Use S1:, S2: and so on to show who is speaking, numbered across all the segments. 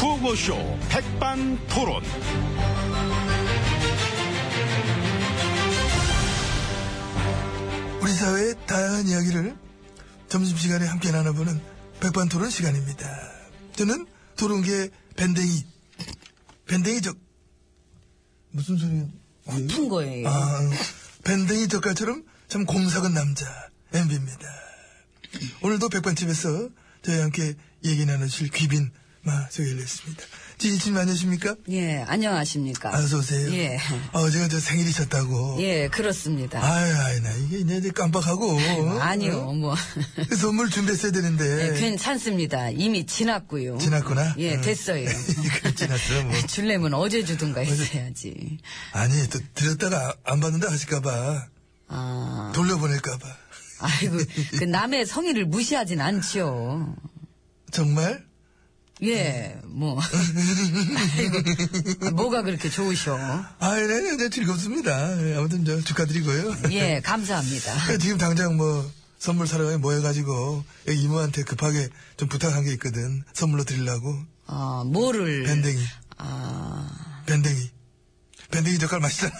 S1: 라디오쇼 백반토론.
S2: 우리 사회의 다양한 이야기를 점심시간에 함께 나눠보는 백반토론 시간입니다. 저는 토론계 밴댕이, 밴댕이 적, 무슨 소리예요?
S3: 아픈 거예요.
S2: 아, 밴댕이 젓갈처럼 참 곰삭은 남자, MB입니다. 오늘도 백반집에서 저희와 함께 얘기 나누실 귀빈 마 소개를 했습니다. 지지님 안녕하십니까?
S3: 예, 안녕하십니까.
S2: 아, 어서오세요.
S3: 예.
S2: 어, 제가 저 생일이셨다고.
S3: 예, 그렇습니다.
S2: 아유, 아유, 나 이게 이제 깜빡하고.
S3: 니요 뭐.
S2: 그 선물 준비했어야 되는데.
S3: 예, 괜찮습니다. 이미 지났고요.
S2: 네. 지났구나?
S3: 예,
S2: 응.
S3: 됐어요.
S2: 이거 지났어요, 뭐.
S3: 줄래면 어제 주든가 했어야지.
S2: 아니, 또 드렸다가 안 받는다 하실까봐.
S3: 아,
S2: 돌려보낼까봐.
S3: 아이고, 그 남의 성의를 무시하진 않지요.
S2: 정말?
S3: 예, 뭐. 아이고, 뭐가 그렇게 좋으셔.
S2: 아유, 네, 네, 네, 즐겁습니다. 예, 아무튼 저 축하드리고요.
S3: 예, 감사합니다.
S2: 그러니까 지금 당장 뭐, 선물 사러 모여가지고, 여기 이모한테 급하게 좀 부탁한 게 있거든. 선물로 드리려고.
S3: 아, 뭐를.
S2: 밴댕이.
S3: 아,
S2: 밴댕이. 밴댕이 젓갈 맛있잖아.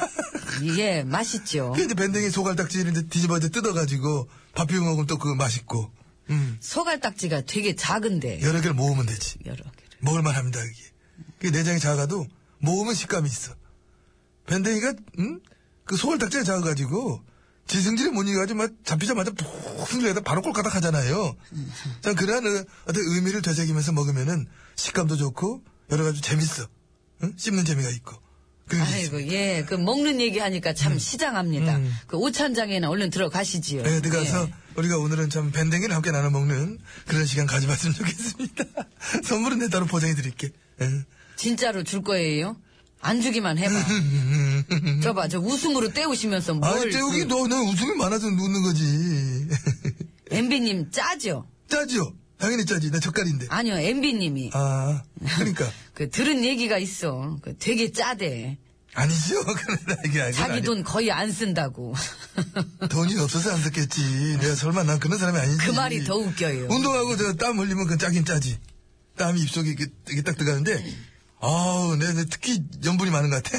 S3: 예, 맛있죠.
S2: 그 이제 밴댕이 소갈딱지를 이제 뒤집어 이제 뜯어가지고 밥 비벼 먹으면 또 그 맛있고 음,
S3: 소갈딱지가 되게 작은데.
S2: 여러 개를 모으면 되지
S3: 여러 개를.
S2: 먹을만 합니다 그게 그 내장이 작아도 모으면 식감이 있어 밴댕이가 음? 그 소갈딱지가 작아가지고 지승질이 못 이겨가지고 막 잡히자마자 푹 내다 바로 꼴까닥 하잖아요 참 그러한 어, 어떤 의미를 되새기면서 먹으면은 식감도 좋고 여러 가지 재밌어 응? 씹는 재미가 있고 그게 있습니다.
S3: 아이고, 예. 그 먹는 얘기 하니까 참 시장합니다. 그 오찬장에는 얼른 들어가시지요.
S2: 음. 네, 들어가서
S3: 예.
S2: 우리가 오늘은 참 밴댕이를 함께 나눠 먹는 그런 시간 가져봤으면 좋겠습니다. 선물은 내 따로 보장해 드릴게. 예.
S3: 진짜로 줄 거예요? 안 주기만 해봐. 저봐, 저 웃음으로 때우시면서 뭘. 그-
S2: 아니, 재욱이 너, 너 웃음이 많아서 웃는 거지.
S3: MB님 그 짜죠?
S2: 짜죠? 당연히 짜지. 나 젓갈인데.
S3: 아니요, MB님이.
S2: 아, 그러니까.
S3: 그 들은 얘기가 있어. 그 되게 짜대.
S2: 아니죠. 그건 이게 아니고.
S3: 자기 돈 거의 안 쓴다고.
S2: 돈이 없어서 안 썼겠지. 내가 설마 난 그런 사람이 아니지.
S3: 그 말이 더 웃겨요.
S2: 운동하고 저 땀 흘리면 그건 짜긴 짜지. 땀이 입속에 이렇게, 이렇게 딱 들어가는데, 아우, 내, 내 특히 염분이 많은 것 같아.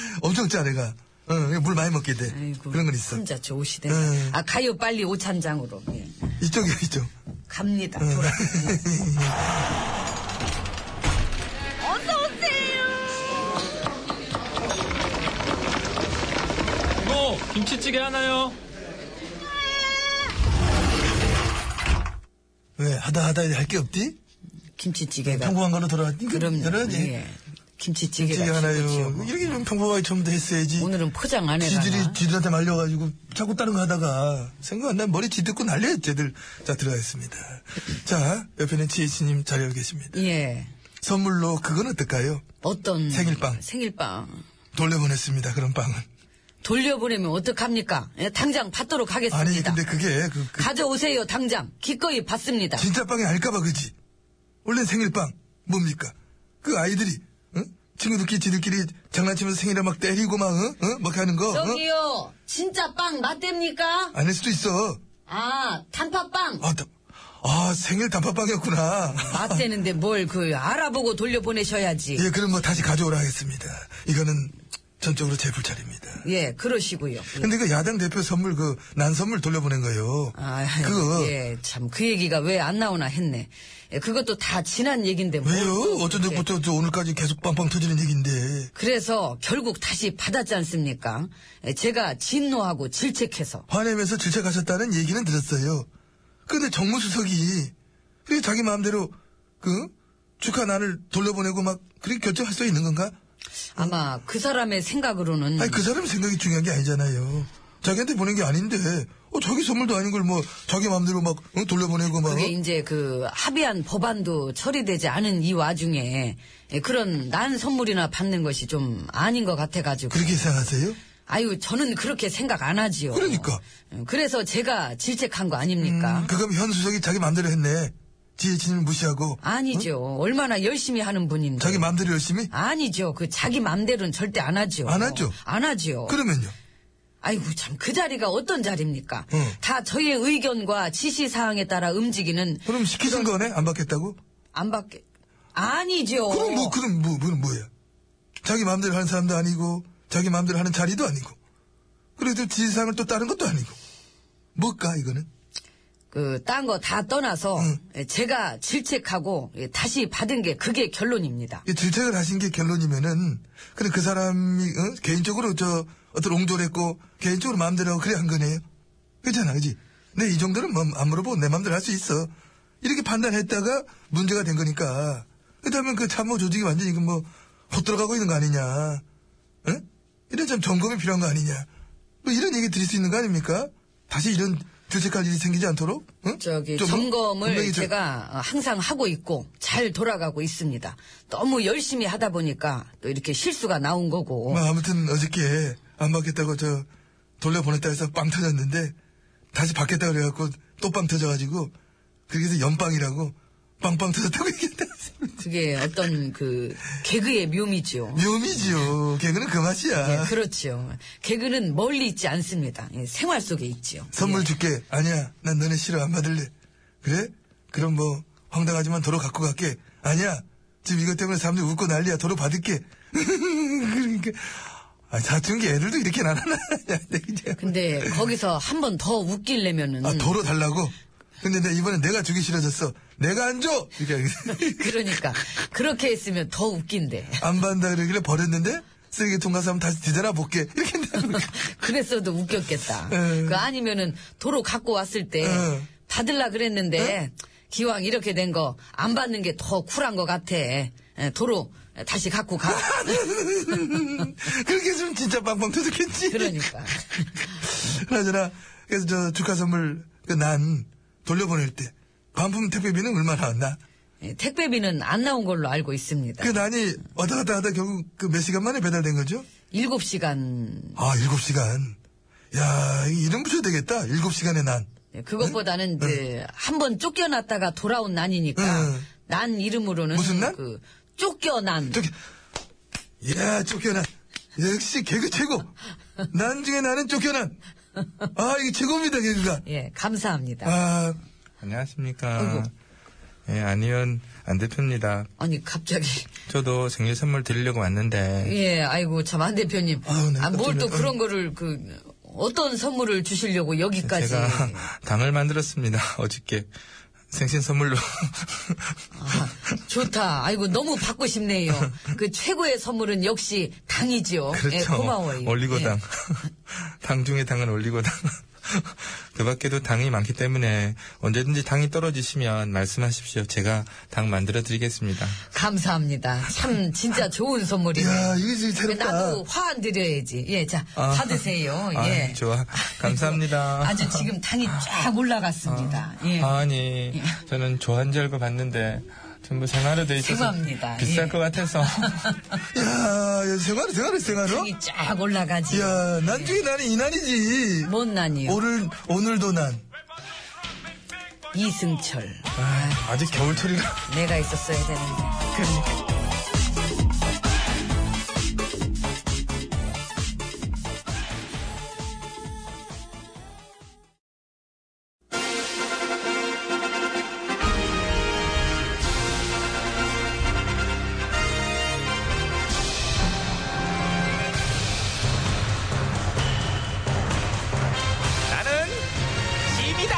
S2: 엄청 짜, 내가. 어, 물 많이 먹게 돼.
S3: 아이고,
S2: 그런 건 있어. 네.
S3: 혼자 좋으시대.
S2: 응.
S3: 아, 가요, 빨리 오찬장으로. 예.
S2: 이쪽이야, 이쪽.
S3: 갑니다.
S2: 네.
S3: 돌아.
S4: 이모 뭐, 김치찌개 하나요
S2: 왜, 하다 하다 할 게 없디?
S3: 김치찌개가.
S2: 평범한 걸로 돌아왔니?
S3: 네. 그럼요.
S2: 여러지.
S3: 예. 김치찌개가
S2: 찌개 하나요.
S3: 최고죠.
S2: 이렇게 좀 평범하게 처음부터 했어야지.
S3: 오늘은 포장 안 해라.
S2: 지들이, 지들한테 말려가지고 자꾸 다른 거 하다가 생각 안 나면 머리 지듣고 난리야, 쟤들. 자, 들어가겠습니다. 자, 옆에는 지혜씨님 자리하고 계십니다.
S3: 예.
S2: 선물로 그건 어떨까요?
S3: 어떤
S2: 생일빵.
S3: 생일빵
S2: 돌려보냈습니다, 그런 빵은.
S3: 돌려보내면 어떡합니까? 예, 당장 받도록 하겠습니다.
S2: 아니, 근데 그게, 그, 그
S3: 가져오세요 당장 기꺼이 받습니다.
S2: 진짜 빵이 아닐까봐, 그지? 원래 생일빵, 뭡니까? 그 아이들이, 응? 친구들끼리 지들끼리 장난치면서 생일에 막 때리고 막, 응? 응? 막 하는 거, 응?
S3: 저기요 진짜 빵 맞댑니까?
S2: 아닐 수도 있어.
S3: 아 단팥빵
S2: 아, 나- 아, 생일 단팥빵이었구나.
S3: 맞대는데 뭘 그 알아보고 돌려보내셔야지.
S2: 예, 그럼 뭐 다시 가져오라 하겠습니다. 이거는 전적으로 제 불찰입니다.
S3: 예, 그러시고요. 예.
S2: 근데 그 야당 대표 선물 그, 난 선물 돌려보낸 거요.
S3: 아,
S2: 그거,
S3: 예, 참, 그 얘기가 왜 안 나오나 했네. 예, 그것도 다 지난 얘긴데, 뭐.
S2: 왜요?
S3: 또
S2: 어쩐지
S3: 그렇게.
S2: 부터 오늘까지 계속 빵빵 터지는 얘기인데.
S3: 그래서 결국 다시 받았지 않습니까? 예, 제가 진노하고 질책해서.
S2: 화내면서 질책하셨다는 얘기는 들었어요. 근데 정무수석이, 그게 자기 마음대로, 그, 축하 난을 돌려보내고 막, 그렇게 결정할 수 있는 건가?
S3: 아마 그 사람의 생각으로는.
S2: 아니, 그 사람 생각이 중요한 게 아니잖아요. 자기한테 보낸 게 아닌데, 어, 자기 선물도 아닌 걸 뭐, 자기 마음대로 막, 어, 돌려보내고 막.
S3: 그게 이제 그 합의한 법안도 처리되지 않은 이 와중에 예, 그런 난 선물이나 받는 것이 좀 아닌 것 같아가지고.
S2: 그렇게 생각하세요?
S3: 아유, 저는 그렇게 생각 안 하지요.
S2: 그러니까.
S3: 예, 그래서 제가 질책한 거 아닙니까?
S2: 음, 그럼 현 수석이 자기 마음대로 했네. 지혜진을 무시하고.
S3: 아니죠. 얼마나 열심히 하는 분인데.
S2: 자기 마음대로 열심히?
S3: 아니죠. 그 자기 맘대로는 절대 안 하죠.
S2: 안 하죠?
S3: 안 하죠.
S2: 그러면요.
S3: 아이고 참 그 자리가 어떤 자리입니까?
S2: 응.
S3: 다 저희의 의견과 지시 사항에 따라 움직이는
S2: 그럼 시키신 거네? 안 받겠다고?
S3: 안 받게 아니죠.
S2: 그럼 뭐, 그럼 뭐, 뭐, 뭐예요? 자기 마음대로 하는 사람도 아니고, 자기 마음대로 하는 자리도 아니고, 그래도 지상을 또 따른 것도 아니고. 뭘까, 이거는?
S3: 그, 딴 거 다 떠나서, 예, 제가 질책하고, 예, 다시 받은 게 그게 결론입니다.
S2: 이 질책을 하신 게 결론이면은, 그래, 그 사람이, 어? 개인적으로 저, 어떤 옹졸했고, 개인적으로 마음대로 하고 그래 한 거네요. 그렇잖아, 그지? 내 이 정도는 뭐, 안 물어보고 내 마음대로 할 수 있어. 이렇게 판단했다가 문제가 된 거니까. 그렇다면 그 참모 조직이 완전히 그 뭐, 헛 들어가고 있는 거 아니냐. 응? 이런 참 점검이 필요한 거 아니냐. 뭐 이런 얘기 드릴 수 있는 거 아닙니까? 다시 이런 질책할 일이 생기지 않도록? 응?
S3: 저기,
S2: 좀 분명히
S3: 점검을
S2: 저-
S3: 제가 어, 항상 하고 있고, 잘 돌아가고 있습니다. 너무 열심히 하다 보니까, 또 이렇게 실수가 나온 거고.
S2: 뭐 아무튼 어저께 안 받겠다고 저 돌려보냈다 해서 빵 터졌는데 다시 받겠다 그래갖고 또 빵 터져가지고 그렇게 해서 연빵이라고 빵빵 터졌다고 얘기했다.
S3: 그게 어떤 그, 개그의 묘미죠.
S2: 묘미지요. 개그는 그
S3: 예,
S2: 맛이야.
S3: 그렇죠. 개그는 멀리 있지 않습니다. 예, 생활 속에 있지요.
S2: 선물
S3: 예.
S2: 줄게. 아니야. 난 너네 싫어. 안 받을래. 그래? 그럼 뭐 황당하지만 도로 갖고 갈게. 아니야. 지금 이것 때문에 사람들이 웃고 난리야. 도로 받을게. 그러니까 아, 사춘기 애들도 이렇게 안 하나?
S3: 예. 근데 거기서 한 번 더 웃기려면은
S2: 아, 도로 달라고? 근데 내 이번엔 내가 주기 싫어졌어. 내가 안 줘! 이렇게 하겠어.
S3: 그러니까 그렇게 했으면 더 웃긴데.
S2: 안 받는다 그러길래 버렸는데, 쓰레기통 가서 한번 다시 뒤져라 볼게. 이렇게 한다는 거야.
S3: 그랬어도 웃겼겠다.
S2: 에.
S3: 그 아니면은 도로 갖고 왔을 때
S2: 에.
S3: 받을라
S2: 예?
S3: 그랬는데 기왕 이렇게 된 거 안 받는 게 더 쿨한 것 같아. 에, 도로 다시 갖고 가.
S2: 그렇게 했으면 진짜 빵빵 터졌겠지.
S3: 그러니까.
S2: 그나저나, 그래서 저 축하 선물, 그 난, 돌려보낼 때, 반품 택배비는 얼마나 왔나?
S3: 예, 택배비는 안 나온 걸로 알고 있습니다.
S2: 그 난이 왔다 갔다 하다 결국 그 몇 시간 만에 배달된 거죠?
S3: 일곱 시간
S2: 아, 일곱 시간. 야, 이름 붙여야 되겠다. 일곱 시간의 난.
S3: 예, 그것보다는 이제 한 번 쫓겨났다가 돌아온 난이니까
S2: 응.
S3: 난 이름으로는
S2: 무슨 난?
S3: 그 쫓겨난
S2: 저기, 야, 쫓겨난. 역시 개그 최고. 난 중에 나는 쫓겨난. 아, 이게 최고입니다, 개그가.
S3: 예 감사합니다.
S2: 아,
S5: 안녕하십니까. 예, 아니면 안 대표입니다.
S3: 아니 갑자기
S5: 저도 생일 선물 드리려고 왔는데
S3: 예 아이고 참 안 대표님
S2: 아유, 네,
S3: 아, 뭘 또
S2: 어쩌면,
S3: 그런 거를 그 어떤 선물을 주시려고 여기까지
S5: 제가 당을 만들었습니다. 어저께 생신 선물로
S3: 아, 좋다 아이고 너무 받고 싶네요. 그 최고의 선물은 역시 당이죠. 예,
S5: 그렇죠.
S3: 고마워요.
S5: 올리고당.
S3: 예.
S5: 당 중에 당은 올리고당. 그 밖에도 당이 많기 때문에 언제든지 당이 떨어지시면 말씀하십시오. 제가 당 만들어 드리겠습니다.
S3: 감사합니다. 참 진짜 좋은 선물이네.
S2: 야, 아, 이게 진짜 새롭다.
S3: 나도 화 안 드려야지. 예, 자
S5: 아.
S3: 받으세요.
S5: 아,
S3: 예.
S5: 좋아. 감사합니다.
S3: 아주 지금 당이 쫙 올라갔습니다. 예.
S5: 아. 아니, 저는 좋아한 줄 알고 봤는데, 전부 생활로 돼 있어서.
S3: 죄송합니다.
S5: 비쌀
S3: 예.
S5: 것 같아서.
S2: 야, 야, 생활, 생활, 생활.
S3: 당이 쫙 올라가지.
S2: 야, 난 중에 나는 이 난이지.
S3: 뭔 난이요?
S2: 오늘, 오늘도 난.
S3: 이승철.
S5: 아직 겨울철이라.
S3: 내가 있었어야 되는데.
S1: 나는 짐이다.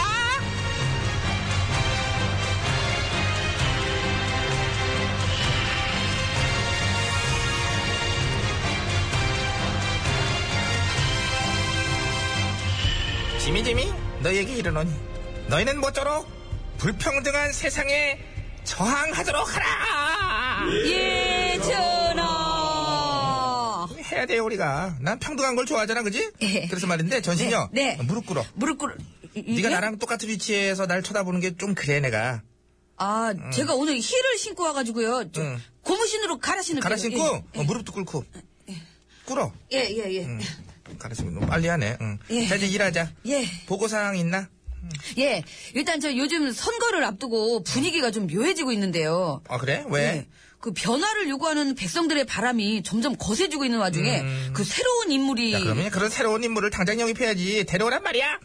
S5: 지미지미, 너에게 이르노니, 너희는 모쪼록 불평등한 세상에 저항하도록
S3: 음.
S5: 하라!
S3: 예전아.
S5: 해야 돼요, 우리가. 난 평등한 걸 좋아하잖아, 그지?
S3: 예.
S5: 그래서 말인데, 전신여.
S3: 네, 네.
S5: 무릎 꿇어.
S3: 무릎 꿇어. 이- 이-
S5: 네가
S3: 예?
S5: 나랑 똑같은 위치에서 날 쳐다보는 게 좀 그래, 내가.
S3: 아, 제가 오늘 힐을 신고 와가지고요. 저
S5: 응.
S3: 고무신으로 갈아 신을게요.
S5: 갈아 신고, 어, 무릎도 꿇고. 꿇어.
S3: 예, 예, 예.
S5: 응. 가르치면 너무 빨리 하네. 응.
S3: 예.
S5: 자, 이제 일하자.
S3: 예.
S5: 보고사항 있나?
S3: 예. 일단 저 요즘 선거를 앞두고 분위기가 좀 묘해지고 있는데요.
S5: 아, 그래? 왜?
S3: 예. 그 변화를 요구하는 백성들의 바람이 점점 거세지고 있는 와중에 그 새로운 인물이
S5: 음. 야, 그러면 그런 새로운 인물을 당장 영입해야지. 데려오란 말이야?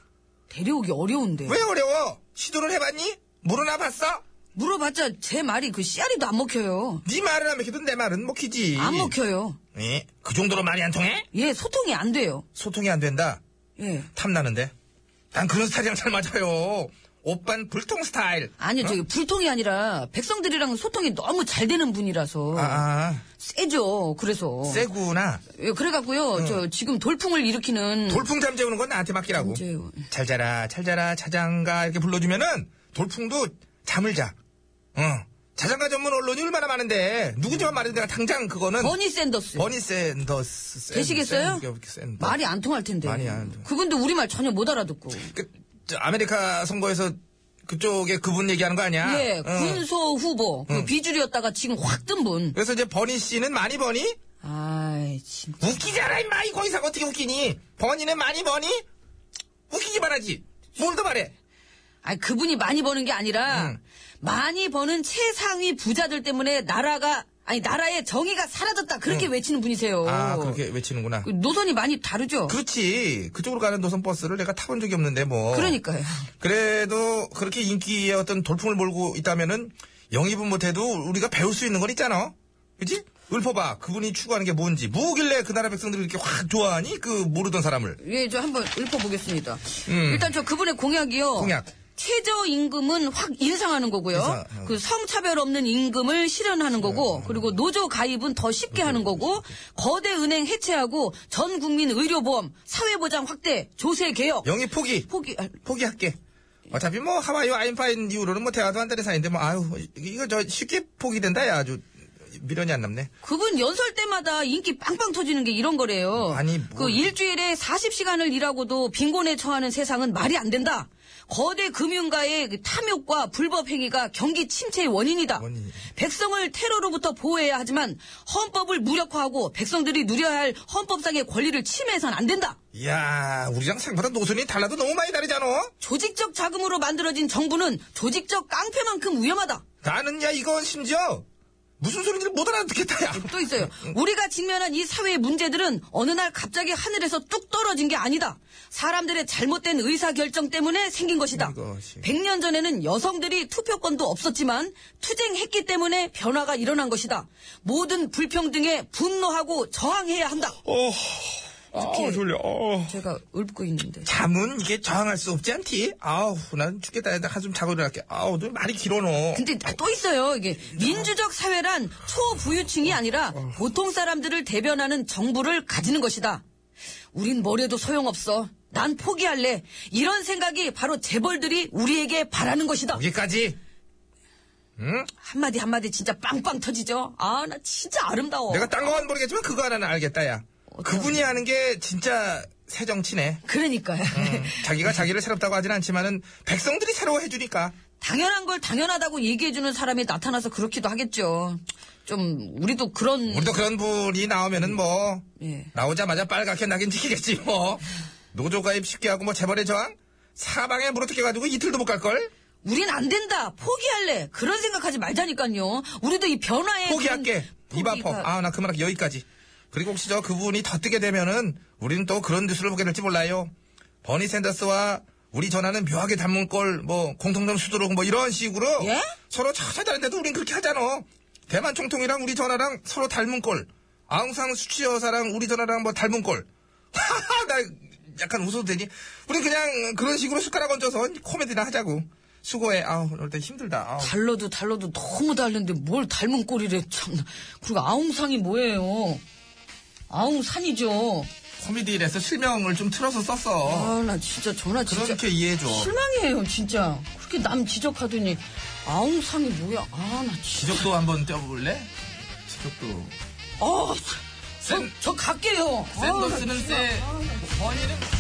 S3: 데려오기 어려운데.
S5: 왜 어려워? 시도를 해봤니? 물어나 봤어?
S3: 물어봤자 제 말이 그 씨알이도 안 먹혀요.
S5: 네 말은 안 먹히든 내 말은 먹히지.
S3: 안 먹혀요.
S5: 예? 그 정도로 말이 안 통해?
S3: 예, 소통이 안 돼요.
S5: 소통이 안 된다.
S3: 예.
S5: 탐나는데. 난 그런 스타일이랑 잘 맞아요. 오빤 불통 스타일.
S3: 아니요, 저기 불통이 아니라 백성들이랑 소통이 너무 잘 되는 분이라서
S5: 아, 아
S3: 세죠. 그래서
S5: 세구나.
S3: 예, 그래갖고요. 저 지금 돌풍을 일으키는
S5: 돌풍 잠재우는 건 나한테 맡기라고.
S3: 음. 잠재우-
S5: 잘 자라, 잘 자라, 자장가 이렇게 불러주면은 돌풍도 잠을 자. 응. 자장가 전문 언론이 얼마나 많은데 누군지만 말해도 내가 당장 그거는
S3: 음. 버니 샌더스
S5: 버니 샌더스 샌-
S3: 계시겠어요?
S5: 샌- 샌더스.
S3: 말이 안 통할 텐데.
S5: 말이 안 돼.
S3: 그분도 우리 말 전혀 못 알아듣고.
S5: 그, 저 아메리카 선거에서 그쪽에 그분 얘기하는 거 아니야? 어.
S3: 예,
S5: 응.
S3: 군소 후보 그 비주류였다가 지금 확 뜬 분.
S5: 그래서 이제 버니 씨는 많이 버니?
S3: 아이 진.
S5: 웃기잖아 임마 이 거기서 어떻게 웃기니? 버니는 많이 버니? 웃기기 말하지. 뭘 더 말해?
S3: 아 그분이 많이 버는 게 아니라 많이 버는 최상위 부자들 때문에 나라가 아니 나라의 정의가 사라졌다 그렇게 외치는 분이세요.
S5: 아 그렇게 외치는구나.
S3: 그 노선이 많이 다르죠.
S5: 그렇지. 그쪽으로 가는 노선 버스를 내가 타본 적이 없는데 뭐.
S3: 그러니까요.
S5: 그래도 그렇게 인기의 어떤 돌풍을 몰고 있다면은 영입은 못해도 우리가 배울 수 있는 건 있잖아. 그지? 읊어봐. 그분이 추구하는 게 뭔지. 뭐길래 그 나라 백성들이 이렇게 확 좋아하니? 그 모르던 사람을.
S3: 예, 저 한번 읊어보겠습니다. 일단 저 그분의 음. 공약이요.
S5: 공약.
S3: 최저임금은 확 인상하는 거고요.
S5: 인상, 어.
S3: 그 성차별 없는 임금을 실현하는 거고, 그리고 노조 가입은 더 쉽게 하는 거고, 거대 은행 해체하고, 전 국민 의료보험, 사회보장 확대, 조세 개혁.
S5: 영입 포기.
S3: 포기, 아,
S5: 포기할게. 어차피 뭐 하와이와 아인파인 이후로는 뭐 대화도 한 달의 사이인데 뭐 아유 이거 저 쉽게 포기된다 야 아주 미련이 안 남네.
S3: 그분 연설 때마다 인기 빵빵 터지는 게 이런 거래요.
S5: 아니, 뭐.
S3: 그 일주일에 40시간을 일하고도 빈곤에 처하는 세상은 말이 안 된다. 거대 금융가의 그 탐욕과 불법 행위가 경기 침체의 원인이다.
S5: 원인.
S3: 백성을 테러로부터 보호해야 하지만 헌법을 무력화하고 백성들이 누려야 할 헌법상의 권리를 침해해선 안 된다.
S5: 이야 우리랑 생각보다 노선이 달라도 너무 많이 다르잖아.
S3: 조직적 자금으로 만들어진 정부는 조직적 깡패만큼 위험하다.
S5: 나는 야 이거 심지어 무슨 소리인지 못 알아듣겠다 야.
S3: 또 있어요. 우리가 직면한 이 사회의 문제들은 어느 날 갑자기 하늘에서 뚝 떨어진 게 아니다. 사람들의 잘못된 의사 결정 때문에 생긴 것이다.
S5: 이것이.
S3: 100년 전에는 여성들이 투표권도 없었지만 투쟁했기 때문에 변화가 일어난 것이다. 모든 불평등에 분노하고 저항해야 한다.
S5: 아우 졸려. 어.
S3: 제가 읊고 있는데.
S5: 잠은 이게 저항할 수 없지 않디? 아우 난 죽겠다 야, 나 한숨 자고 일어날게. 아우 너 말이 길어 너.
S3: 근데 또 있어요. 이게 민주적 사회란 초부유층이 아니라 보통 사람들을 대변하는 정부를 가지는 것이다. 우린 뭐래도 소용없어. 난 포기할래. 이런 생각이 바로 재벌들이 우리에게 바라는
S5: 어,
S3: 것이다.
S5: 예. 여기까지.
S3: 한마디 한마디 진짜 빵빵 터지죠. 아, 나 진짜 아름다워.
S5: 내가 딴 건 모르겠지만 그거 하나는 알겠다 야. 그분이 하는 게 진짜 새 정치네.
S3: 그러니까요.
S5: 자기가 자기를 새롭다고 하진 않지만은 백성들이 새로워해 주니까
S3: 당연한 걸 당연하다고 얘기해주는 사람이 나타나서 그렇기도 하겠죠. 좀 우리도 그런
S5: 우리도 그런 분이 나오면은 뭐
S3: 예.
S5: 나오자마자 빨갛게 낙인 찍히겠지 뭐 노조 가입 쉽게 하고 뭐 재벌의 저항 사방에 물어뜯겨 가지고 이틀도 못 갈 걸
S3: 우린 안 된다. 포기할래. 그런 생각하지 말자니까요. 우리도 이 변화에
S5: 포기할게
S3: 그런
S5: 입 아퍼
S3: 포기가-
S5: 아나 그만할게 여기까지 그리고 혹시 저 그분이 더 뜨게 되면은 우리는 또 그런 뉴스를 보게 될지 몰라요 버니 샌더스와 우리 전화는 묘하게 닮은 꼴뭐 공통점 수두룩 뭐 이런 식으로
S3: 예?
S5: 서로 전혀 다른데도 우린 그렇게 하잖아 대만 총통이랑 우리 전화랑 서로 닮은 꼴 아웅산 수치 여사랑 우리 전화랑 뭐 닮은 꼴 하하, 나 약간 웃어도 되니? 우리 그냥 그런 식으로 숟가락 얹어서 코미디나 하자고. 수고해. 아우, 오늘 되게 힘들다. 아우.
S3: 달러도 달러도 너무 다른데 뭘 닮은 꼴이래 참나. 그리고 아웅상이 뭐예요? 아웅산이죠.
S5: 어. 코미디래서 실명을 좀 틀어서 썼어.
S3: 아 나 진짜 전화 진짜
S5: 그렇게 이해해줘.
S3: 실망해요 진짜. 그렇게 남 지적하더니 아웅상이 뭐야? 아 나 진짜.
S5: 지적도 한번 떼어볼래? 지적도.
S3: 아,
S5: 샌,
S3: 저 갈게요. 아, 나
S5: 샌더스는
S3: 진짜.
S5: 쎄, 버니는.